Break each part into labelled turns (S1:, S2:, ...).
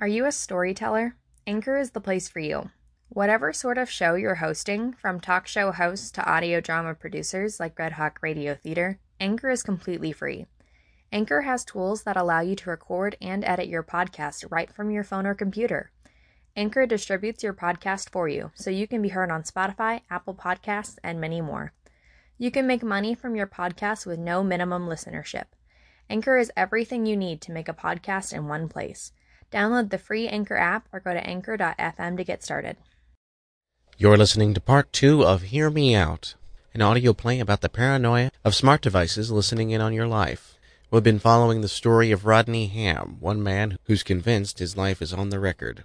S1: Are you a storyteller? Anchor is the place for you. Whatever sort of show you're hosting, from talk show hosts to audio drama producers like Red Hawk Radio Theater, Anchor is completely free. Anchor has tools that allow you to record and edit your podcast right from your phone or computer. Anchor distributes your podcast for you, so you can be heard on Spotify, Apple Podcasts, and many more. You can make money from your podcast with no minimum listenership. Anchor is everything you need to make a podcast in one place. Download the free Anchor app or go to anchor.fm to get started.
S2: You're listening to part two of Hear Me Out, an audio play about the paranoia of smart devices listening in on your life. We've been following the story of Rodney Ham, one man who's convinced his life is on the record.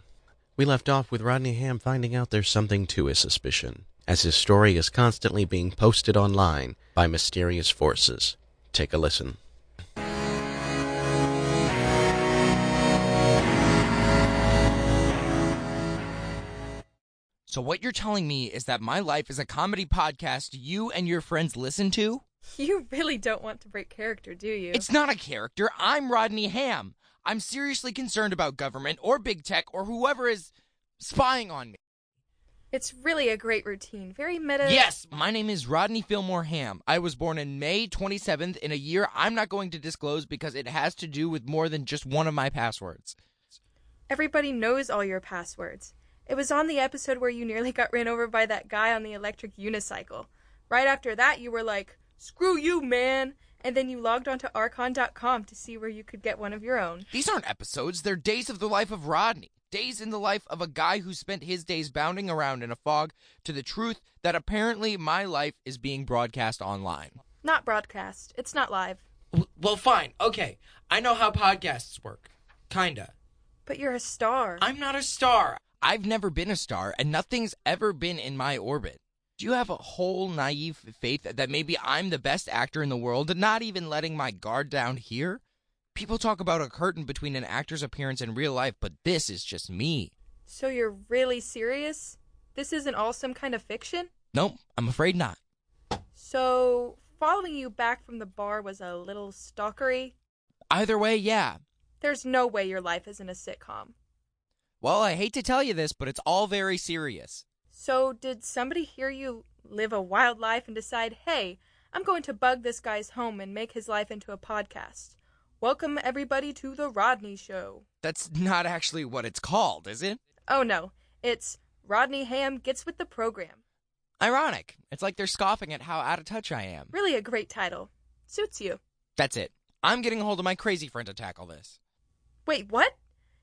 S2: We left off with Rodney Ham finding out there's something to his suspicion, as his story is constantly being posted online by mysterious forces. Take a listen.
S3: So what you're telling me is that my life is a comedy podcast you and your friends listen to?
S4: You really don't want to break character, do you?
S3: It's not a character. I'm Rodney Ham. I'm seriously concerned about government or big tech or whoever is spying on me.
S4: It's really a great routine. Very meta.
S3: Yes, my name is Rodney Fillmore Ham. I was born in May 27th in a year I'm not going to disclose because it has to do with more than just one of my passwords.
S4: Everybody knows all your passwords. It was on the episode where you nearly got ran over by that guy on the electric unicycle. Right after that, you were like, screw you, man! And then you logged onto archon.com to see where you could get one of your own.
S3: These aren't episodes, they're days of the life of Rodney. Days in the life of a guy who spent his days bounding around in a fog to the truth that apparently my life is being broadcast online.
S4: Not broadcast, it's not live.
S5: W- Well, fine. Okay. I know how podcasts work. Kinda.
S4: But you're a star.
S5: I'm not a star.
S3: I've never been a star, and nothing's ever been in my orbit. Do you have a whole naive faith that maybe I'm the best actor in the world, not even letting my guard down here? People talk about a curtain between an actor's appearance and real life, but this is just me.
S4: so you're really serious? This isn't all some kind of fiction?
S3: Nope, I'm afraid not.
S4: So, following you back from the bar was a little stalkery?
S3: Either way, yeah.
S4: There's no way your life isn't a sitcom.
S3: Well, I hate to tell you this, but it's all very serious.
S4: So, did somebody hear you live a wild life and decide, hey, I'm going to bug this guy's home and make his life into a podcast? Welcome, everybody, to The Rodney Show.
S3: That's not actually what it's called, is it?
S4: Oh no, it's Rodney Ham Gets with the Program.
S3: Ironic. It's like they're scoffing at how out of touch I am.
S4: Really a great title. Suits you.
S3: That's it. I'm getting a hold of my crazy friend to tackle this.
S4: Wait, what?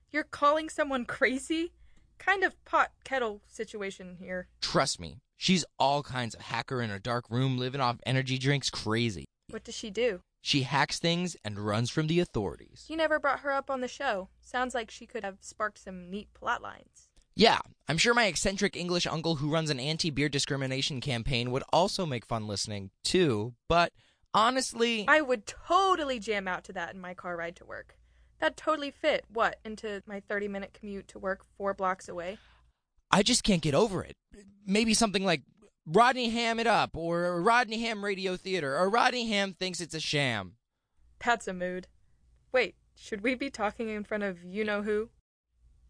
S4: You're calling someone crazy? Kind of pot kettle situation here.
S3: Trust me, she's all kinds of hacker in a dark room living off energy drinks crazy.
S4: What does she do?
S3: She hacks things and runs from the authorities.
S4: You never brought her up on the show. Sounds like she could have sparked some neat plot lines.
S3: Yeah, I'm sure my eccentric English uncle who runs an anti beer discrimination campaign would also make fun listening, too, but honestly,
S4: I would totally jam out to that in my car ride to work. That'd totally fit, what, into my 30 minute commute to work four blocks away?
S3: I just can't get over it. Maybe something like Rodney Ham It Up, or Rodney Ham Radio Theater, or Rodney Ham Thinks It's a Sham.
S4: That's a mood. Wait, should we be talking in front of you know who?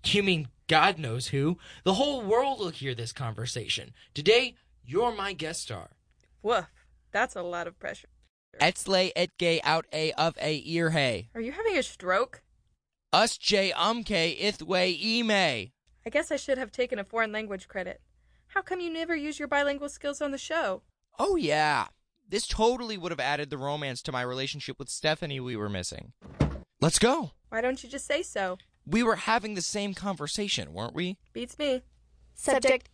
S5: You mean God knows who? The whole world will hear this conversation. Today, you're my guest star.
S4: Woof, that's a lot of pressure.
S3: Etzle et gay out a of a ear hey.
S4: Are you having a stroke?
S3: Us j um umke ithway ime.
S4: I guess I should have taken a foreign language credit. How come you never use your bilingual skills on the show?
S3: Oh, yeah. This totally would have added the romance to my relationship with Stephanie we were missing. Let's go.
S4: Why don't you just say so?
S3: We were having the same conversation, weren't we?
S4: Beats me.
S6: Subject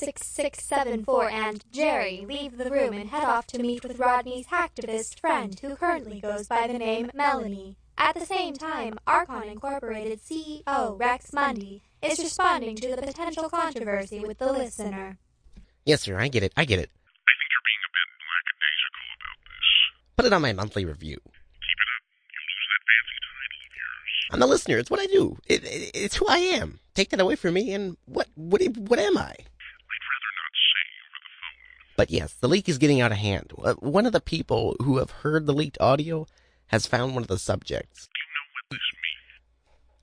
S6: S106674 and Jerry leave the room and head off to meet with Rodney's hacktivist friend who currently goes by the name Melanie. At the same time, Archon Incorporated CEO Rex Mundy is responding to the potential controversy with the listener.
S2: Yes, sir, I get it, I get it.
S7: I think you're being a bit lackadaisical about this.
S2: Put it on my monthly review.
S7: Keep it up. You'll lose that fancy title of yours.
S2: I'm the listener, it's what I do, it, it, it's who I am. Take that away from me, and what, what, what am I?
S7: I'd rather not say over the phone.
S2: But yes, the leak is getting out of hand. Uh, One of the people who have heard the leaked audio has found one of the subjects.
S7: Do you know what this means?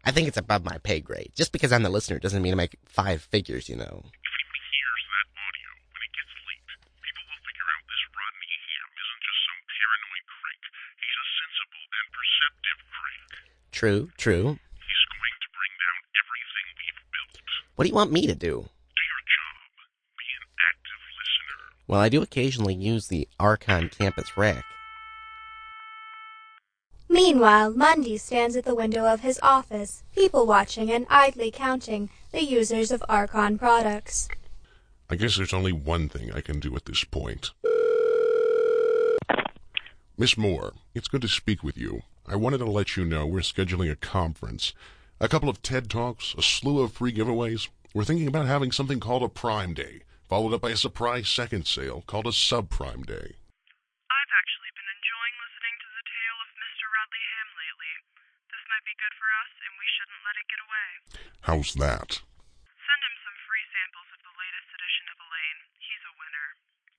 S7: I think it's above my pay grade. Just because I'm the listener doesn't mean I make five figures, you know.
S8: Everybody hears that audio. When it gets leaked, people will figure out this Rodney Ham isn't just some paranoid crank. He's a sensible and perceptive crank.
S7: True, true.
S8: He's going to bring down everything we've built.
S7: What do you want me to do?
S8: Do your job. Be an active listener.
S7: Well, I do occasionally use the Archon campus rack.
S6: Meanwhile, Mundy stands at the window of his office, people watching and idly counting the users of Archon products.
S8: I guess there's only one thing I can do at this point. Miss Moore, it's good to speak with you. I wanted to let you know we're scheduling a conference. A couple of TED Talks, a slew of free giveaways. We're thinking about having something called a Prime Day, followed up by a surprise second sale called a Subprime Day.
S9: I've actually been enjoying listening to the tale of Mr. Rodley Ham lately. This might be good for us, and we shouldn't let it get away.
S8: How's that?
S9: Send him some free samples of the latest edition of Elaine. He's a winner.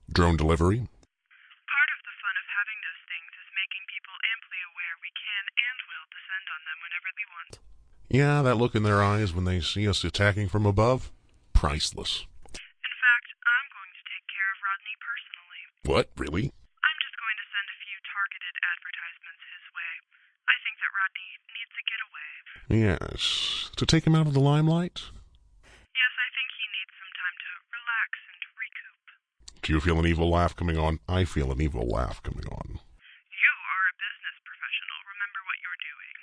S8: Drone delivery?
S9: Part of the fun of having those things is making people amply aware we can and will descend on them whenever we want.
S8: Yeah, that look in their eyes when they see us attacking from above? Priceless.
S9: In fact, I'm going to take care of Rodney personally.
S8: What, really?
S9: I'm just going to send a few targeted advertisements his way. I think that Rodney needs a getaway.
S8: Yes. To take him out of the limelight?
S9: Yes, I think he needs some time to relax and recoup.
S8: Do you feel an evil laugh coming on? I feel an evil laugh coming on.
S9: You are a business professional. Remember what you're doing.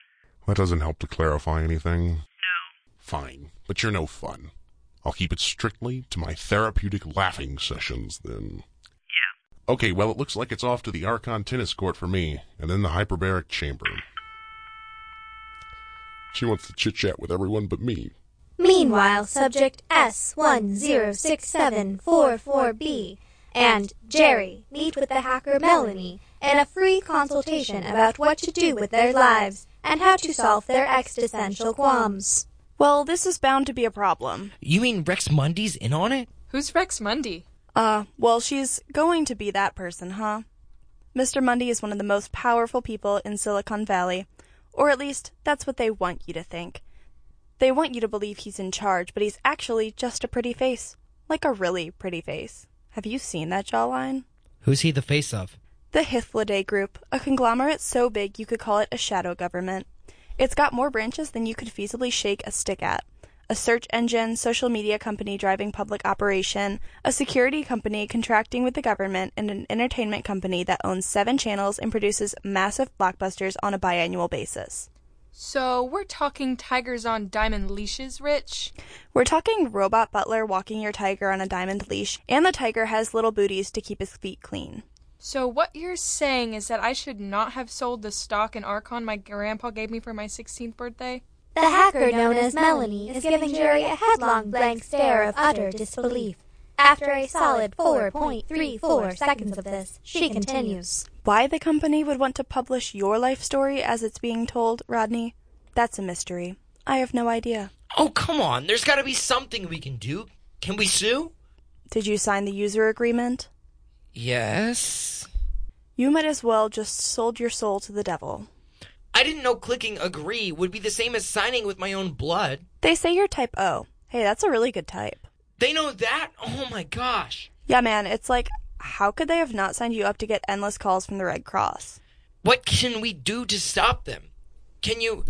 S8: That doesn't help to clarify anything.
S9: No.
S8: Fine, but you're no fun. I'll keep it strictly to my therapeutic laughing sessions then.
S9: Yeah.
S8: Okay, well, it looks like it's off to the Archon tennis court for me, and then the hyperbaric chamber. She wants to chit chat with everyone but me.
S6: Meanwhile, subject S106744B and Jerry meet with the hacker Melanie in a free consultation about what to do with their lives and how to solve their existential qualms.
S4: Well, this is bound to be a problem.
S3: You mean Rex Mundy's in on it?
S10: Who's Rex Mundy?
S4: Uh, well, she's going to be that person, huh? Mr. Mundy is one of the most powerful people in Silicon Valley, or at least that's what they want you to think. They want you to believe he's in charge, but he's actually just a pretty face. Like a really pretty face. Have you seen that jawline?
S3: Who's he the face of?
S4: The Hithliday Group, a conglomerate so big you could call it a shadow government. It's got more branches than you could feasibly shake a stick at. A search engine, social media company driving public operation, a security company contracting with the government, and an entertainment company that owns seven channels and produces massive blockbusters on a biannual basis.
S10: So we're talking tigers on diamond leashes, Rich?
S4: We're talking robot butler walking your tiger on a diamond leash, and the tiger has little booties to keep his feet clean.
S10: So what you're saying is that I should not have sold the stock in Archon my grandpa gave me for my 16th birthday?
S6: The hacker known as Melanie is giving Jerry a headlong blank stare of utter disbelief. After a solid 4.34 seconds of this, she continues.
S4: Why the company would want to publish your life story as it's being told, Rodney, that's a mystery. I have no idea.
S3: Oh, come on. There's got to be something we can do. Can we sue?
S4: Did you sign the user agreement?
S3: Yes.
S4: You might as well just sold your soul to the devil.
S3: I didn't know clicking agree would be the same as signing with my own blood.
S4: They say you're type O. Hey, that's a really good type.
S3: They know that? Oh my gosh.
S4: Yeah, man, it's like, how could they have not signed you up to get endless calls from the Red Cross?
S3: What can we do to stop them? Can you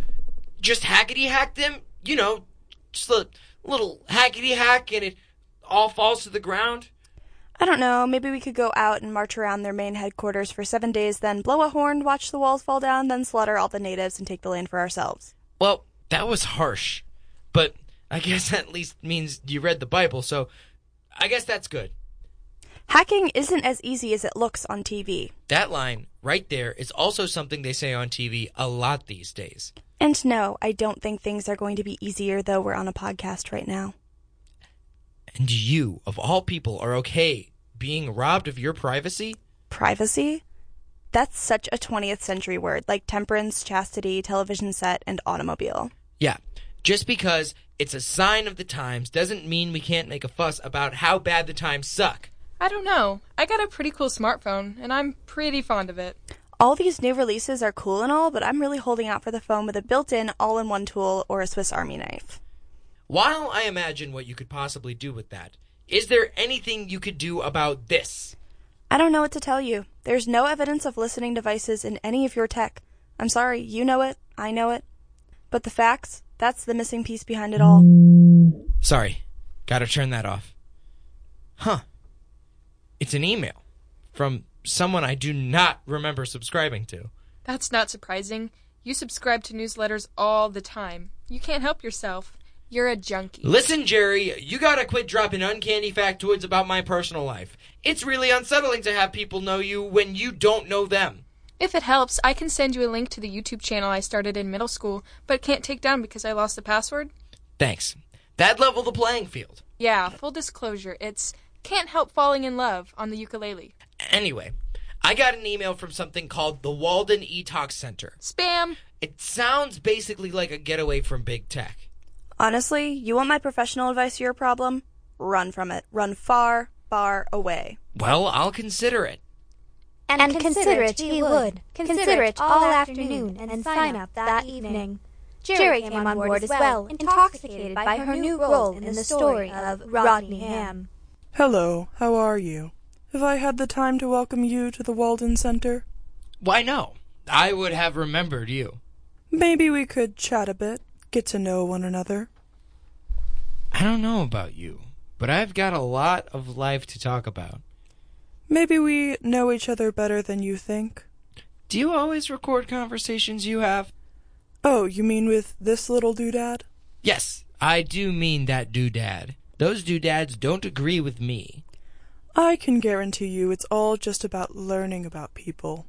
S3: just hackety hack them? You know, just a little hackety hack and it all falls to the ground?
S4: I don't know, maybe we could go out and march around their main headquarters for seven days, then blow a horn, watch the walls fall down, then slaughter all the natives and take the land for ourselves.
S3: Well, that was harsh. But I guess that at least means you read the Bible, so I guess that's good.
S4: Hacking isn't as easy as it looks on TV.
S3: That line right there is also something they say on TV a lot these days.
S4: And no, I don't think things are going to be easier, though we're on a podcast right now.
S3: And you, of all people, are okay being robbed of your privacy?
S4: Privacy? That's such a 20th century word, like temperance, chastity, television set, and automobile.
S3: Yeah. Just because it's a sign of the times doesn't mean we can't make a fuss about how bad the times suck.
S10: I don't know. I got a pretty cool smartphone, and I'm pretty fond of it.
S11: All these new releases are cool and all, but I'm really holding out for the phone with a built in all in one tool or a Swiss Army knife.
S3: While I imagine what you could possibly do with that, is there anything you could do about this?
S11: I don't know what to tell you. There's no evidence of listening devices in any of your tech. I'm sorry, you know it, I know it. But the facts, that's the missing piece behind it all.
S3: Sorry, gotta turn that off. Huh. It's an email from someone I do not remember subscribing to.
S12: That's not surprising. You subscribe to newsletters all the time. You can't help yourself. You're a junkie.
S3: Listen, Jerry, you gotta quit dropping uncanny factoids about my personal life. It's really unsettling to have people know you when you don't know them.
S12: If it helps, I can send you a link to the YouTube channel I started in middle school, but can't take down because I lost the password.
S3: Thanks. That level the playing field.
S12: Yeah, full disclosure, it's Can't Help Falling in Love on the ukulele.
S3: Anyway, I got an email from something called the Walden Etox Center.
S12: Spam!
S3: It sounds basically like a getaway from big tech.
S11: Honestly, you want my professional advice to your problem? Run from it. Run far, far away.
S3: Well, I'll consider it.
S6: And, consider it he would. Consider it all afternoon and sign up that evening. Jerry came on board as well, intoxicated by her new role in the story of Rodney Ham.
S4: Hello, how are you? Have I had the time to welcome you to the Walden Center?
S3: Why, no. I would have remembered you.
S4: Maybe we could chat a bit, get to know one another.
S3: I don't know about you, but I've got a lot of life to talk about.
S4: Maybe we know each other better than you think.
S3: Do you always record conversations you have?
S4: Oh, you mean with this little doodad?
S3: Yes, I do mean that doodad. Those doodads don't agree with me.
S4: I can guarantee you it's all just about learning about people.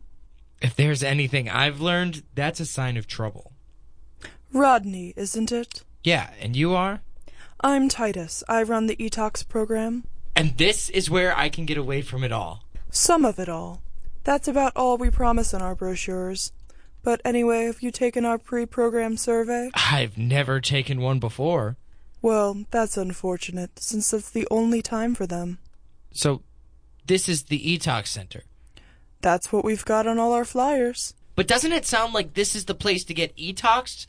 S3: If there's anything I've learned, that's a sign of trouble.
S4: Rodney, isn't it?
S3: Yeah, and you are?
S4: I'm Titus. I run the Etox program.
S3: And this is where I can get away from it all.
S4: Some of it all. That's about all we promise in our brochures. But anyway, have you taken our pre program survey?
S3: I've never taken one before.
S4: Well, that's unfortunate, since that's the only time for them.
S3: So, this is the Etox Center.
S4: That's what we've got on all our flyers.
S3: But doesn't it sound like this is the place to get etoxed?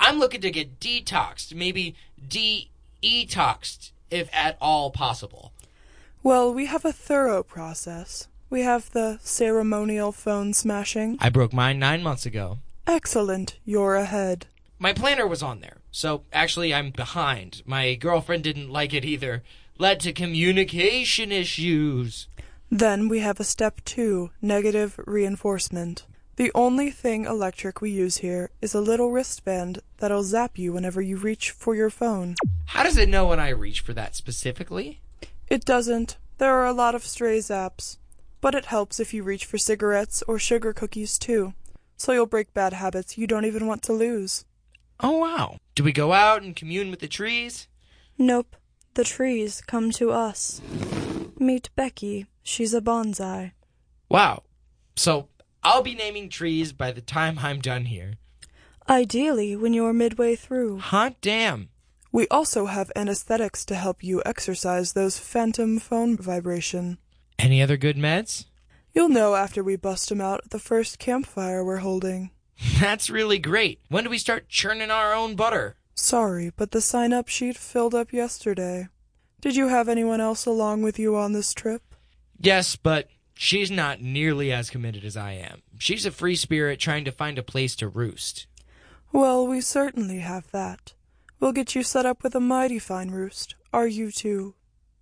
S3: I'm looking to get detoxed, maybe de etoxed, if at all possible.
S4: Well, we have a thorough process. We have the ceremonial phone smashing.
S3: I broke mine nine months ago.
S4: Excellent, you're ahead.
S3: My planner was on there, so actually I'm behind. My girlfriend didn't like it either. Led to communication issues.
S4: Then we have a step two negative reinforcement. The only thing electric we use here is a little wristband that'll zap you whenever you reach for your phone.
S3: How does it know when I reach for that specifically?
S4: It doesn't. There are a lot of stray zaps. But it helps if you reach for cigarettes or sugar cookies too, so you'll break bad habits you don't even want to lose.
S3: Oh, wow. Do we go out and commune with the trees?
S11: Nope. The trees come to us. Meet Becky. She's a bonsai.
S3: Wow. So I'll be naming trees by the time I'm done here.
S4: Ideally, when you're midway through.
S3: Hot damn.
S4: We also have anesthetics to help you exercise those phantom phone vibration.
S3: Any other good meds?
S4: You'll know after we bust 'em out at the first campfire we're holding.
S3: That's really great. When do we start churning our own butter?
S4: Sorry, but the sign up sheet filled up yesterday. Did you have anyone else along with you on this trip?
S3: Yes, but she's not nearly as committed as I am. She's a free spirit trying to find a place to roost.
S4: Well, we certainly have that. We'll get you set up with a mighty fine roost. Are you two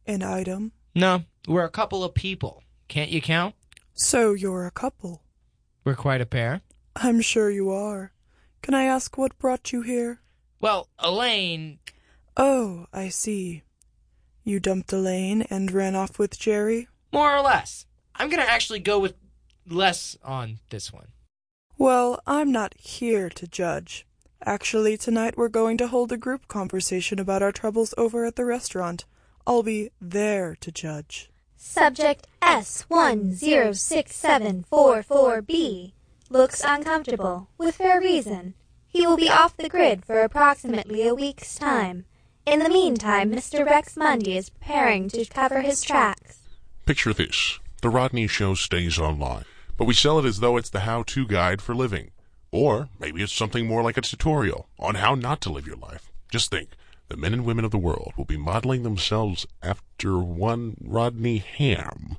S4: an item?
S3: No, we're a couple of people. Can't you count?
S4: So you're a couple.
S3: We're quite a pair.
S4: I'm sure you are. Can I ask what brought you here?
S3: Well, Elaine.
S4: Oh, I see. You dumped Elaine and ran off with Jerry?
S3: More or less. I'm going to actually go with less on this one.
S4: Well, I'm not here to judge. Actually, tonight we're going to hold a group conversation about our troubles over at the restaurant. I'll be there to judge.
S6: Subject S106744B looks uncomfortable, with fair reason. He will be off the grid for approximately a week's time. In the meantime, Mr. Rex Mundy is preparing to cover his tracks.
S8: Picture this the Rodney Show stays online, but we sell it as though it's the how to guide for living. Or maybe it's something more like a tutorial on how not to live your life. Just think the men and women of the world will be modeling themselves after one Rodney Ham,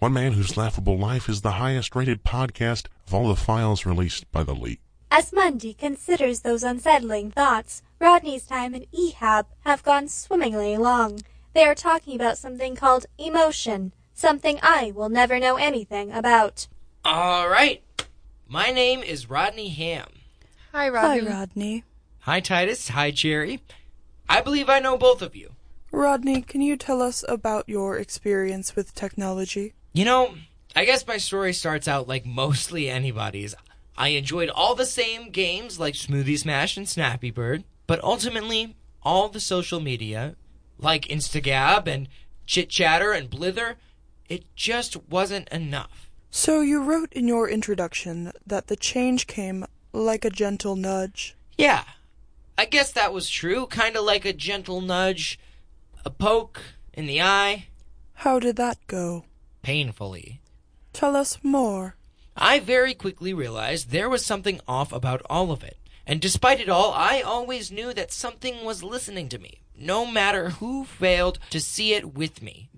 S8: one man whose laughable life is the highest rated podcast of all the files released by the League.
S6: As Mundy considers those unsettling thoughts, Rodney's time and Ehab have gone swimmingly long. They are talking about something called emotion, something I will never know anything about.
S3: All right. My name is Rodney Ham.
S12: Hi, Rodney.
S11: Hi, Rodney.
S3: Hi, Titus. Hi, Jerry. I believe I know both of you.
S4: Rodney, can you tell us about your experience with technology?
S3: You know, I guess my story starts out like mostly anybody's. I enjoyed all the same games like Smoothie Smash and Snappy Bird, but ultimately, all the social media, like Instagab and Chit Chatter and Blither, it just wasn't enough.
S4: So you wrote in your introduction that the change came like a gentle nudge.
S3: Yeah, I guess that was true, kind of like a gentle nudge, a poke in the eye,
S4: How did that go?
S3: painfully.
S4: Tell us more.
S3: I very quickly realized there was something off about all of it. And despite it all, I always knew that something was listening to me, no matter who failed to see it with me.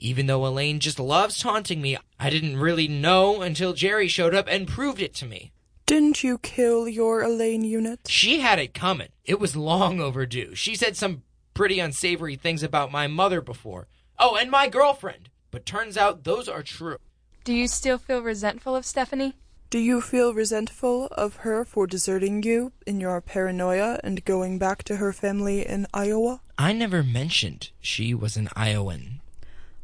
S3: Even though Elaine just loves taunting me, I didn't really know until Jerry showed up and proved it to me.
S4: Didn't you kill your Elaine unit?
S3: She had it coming. It was long overdue. She said some pretty unsavory things about my mother before. Oh, and my girlfriend. But turns out those are true.
S12: Do you still feel resentful of Stephanie?
S4: Do you feel resentful of her for deserting you in your paranoia and going back to her family in Iowa?
S3: I never mentioned she was an Iowan.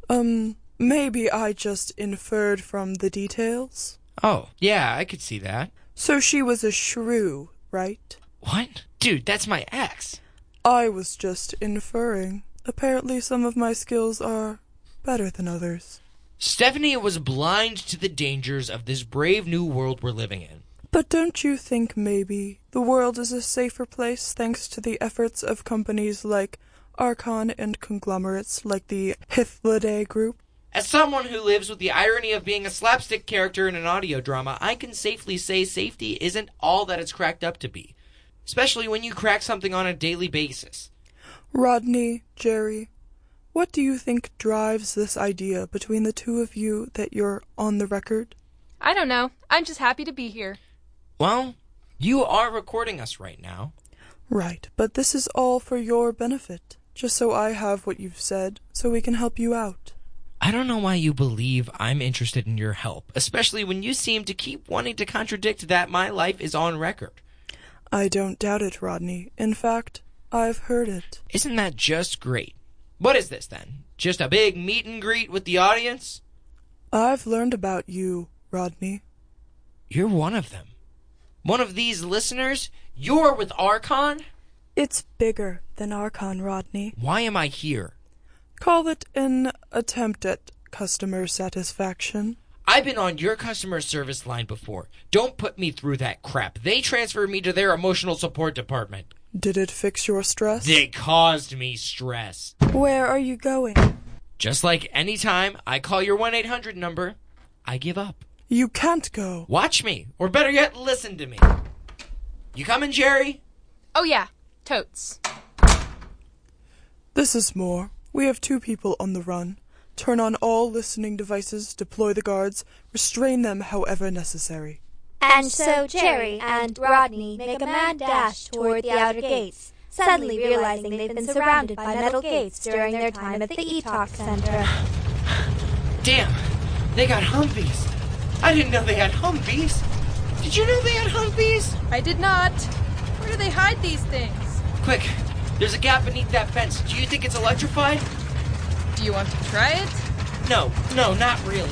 S4: Um, maybe I just inferred from the details.
S3: Oh, yeah, I could see that.
S4: So she was a shrew, right?
S3: What? Dude, that's my ex.
S4: I was just inferring. Apparently, some of my skills are better than others.
S3: Stephanie was blind to the dangers of this brave new world we're living in.
S4: But don't you think maybe the world is a safer place thanks to the efforts of companies like Archon and conglomerates like the Hithliday Group?
S3: As someone who lives with the irony of being a slapstick character in an audio drama, I can safely say safety isn't all that it's cracked up to be, especially when you crack something on a daily basis.
S4: Rodney, Jerry, what do you think drives this idea between the two of you that you're on the record?
S12: I don't know. I'm just happy to be here.
S3: Well, you are recording us right now.
S4: Right, but this is all for your benefit, just so I have what you've said, so we can help you out.
S3: I don't know why you believe I'm interested in your help, especially when you seem to keep wanting to contradict that my life is on record.
S4: I don't doubt it, Rodney. In fact, I've heard it.
S3: Isn't that just great? What is this then? Just a big meet and greet with the audience?
S4: I've learned about you, Rodney.
S3: You're one of them. One of these listeners? You're with Archon?
S11: It's bigger than Archon, Rodney.
S3: Why am I here?
S4: Call it an attempt at customer satisfaction.
S3: I've been on your customer service line before. Don't put me through that crap. They transferred me to their emotional support department.
S4: Did it fix your stress?
S3: They caused me stress.
S11: Where are you going?
S3: Just like any time I call your 1 800 number, I give up.
S4: You can't go.
S3: Watch me, or better yet, listen to me. You coming, Jerry?
S12: Oh, yeah. Totes.
S4: This is more. We have two people on the run. Turn on all listening devices, deploy the guards, restrain them however necessary.
S6: And so Jerry and Rodney make a mad dash toward the outer gates, suddenly realizing they've been surrounded by metal gates during their time at the ETOC Center.
S3: Damn, they got Humvees. I didn't know they had Humvees. Did you know they had Humvees?
S12: I did not. Where do they hide these things?
S3: Quick, there's a gap beneath that fence. Do you think it's electrified?
S12: Do you want to try it?
S3: No, no, not really.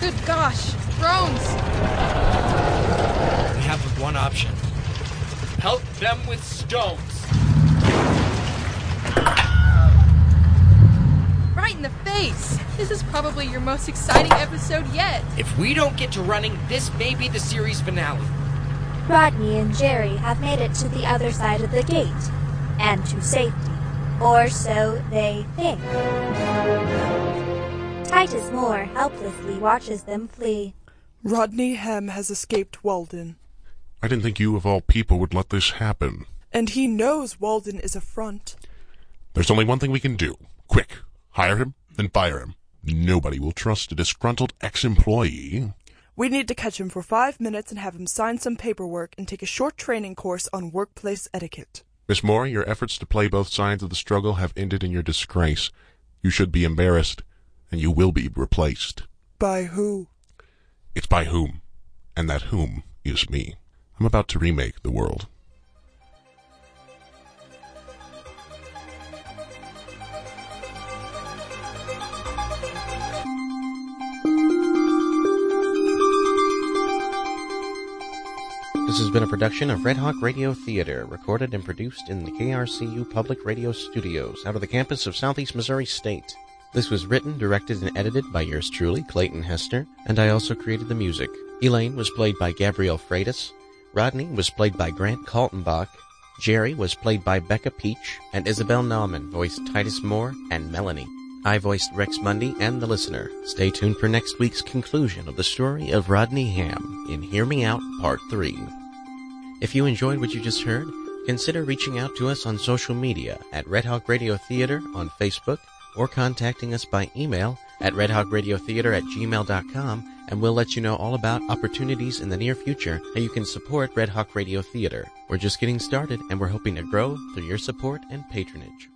S12: Good gosh. Drones!
S3: We have one option. Pelt them with stones.
S12: Right in the face! This is probably your most exciting episode yet.
S3: If we don't get to running, this may be the series finale.
S6: Rodney and Jerry have made it to the other side of the gate, and to safety, or so they think. Titus Moore helplessly watches them flee.
S4: Rodney Hem has escaped Walden,
S8: I didn't think you, of all people, would let this happen.
S4: and he knows Walden is a front.
S8: There's only one thing we can do. Quick. Hire him, then fire him. Nobody will trust a disgruntled ex-employee.
S4: We need to catch him for five minutes and have him sign some paperwork and take a short training course on workplace etiquette.
S8: Miss Moore, your efforts to play both sides of the struggle have ended in your disgrace. You should be embarrassed, and you will be replaced.
S4: By who?
S8: It's by whom, and that whom is me. I'm about to remake the world.
S2: This has been a production of Red Hawk Radio Theater, recorded and produced in the KRCU Public Radio Studios out of the campus of Southeast Missouri State. This was written, directed, and edited by yours truly, Clayton Hester, and I also created the music. Elaine was played by Gabrielle Freitas, Rodney was played by Grant Kaltenbach, Jerry was played by Becca Peach, and Isabel Nauman voiced Titus Moore and Melanie. I voiced Rex Mundy and the listener. Stay tuned for next week's conclusion of the story of Rodney Ham in Hear Me Out Part 3. If you enjoyed what you just heard, consider reaching out to us on social media at Red Hawk Radio Theater on Facebook or contacting us by email at redhawkradiotheater at gmail.com and we'll let you know all about opportunities in the near future how you can support Red Hawk Radio Theater. We're just getting started and we're hoping to grow through your support and patronage.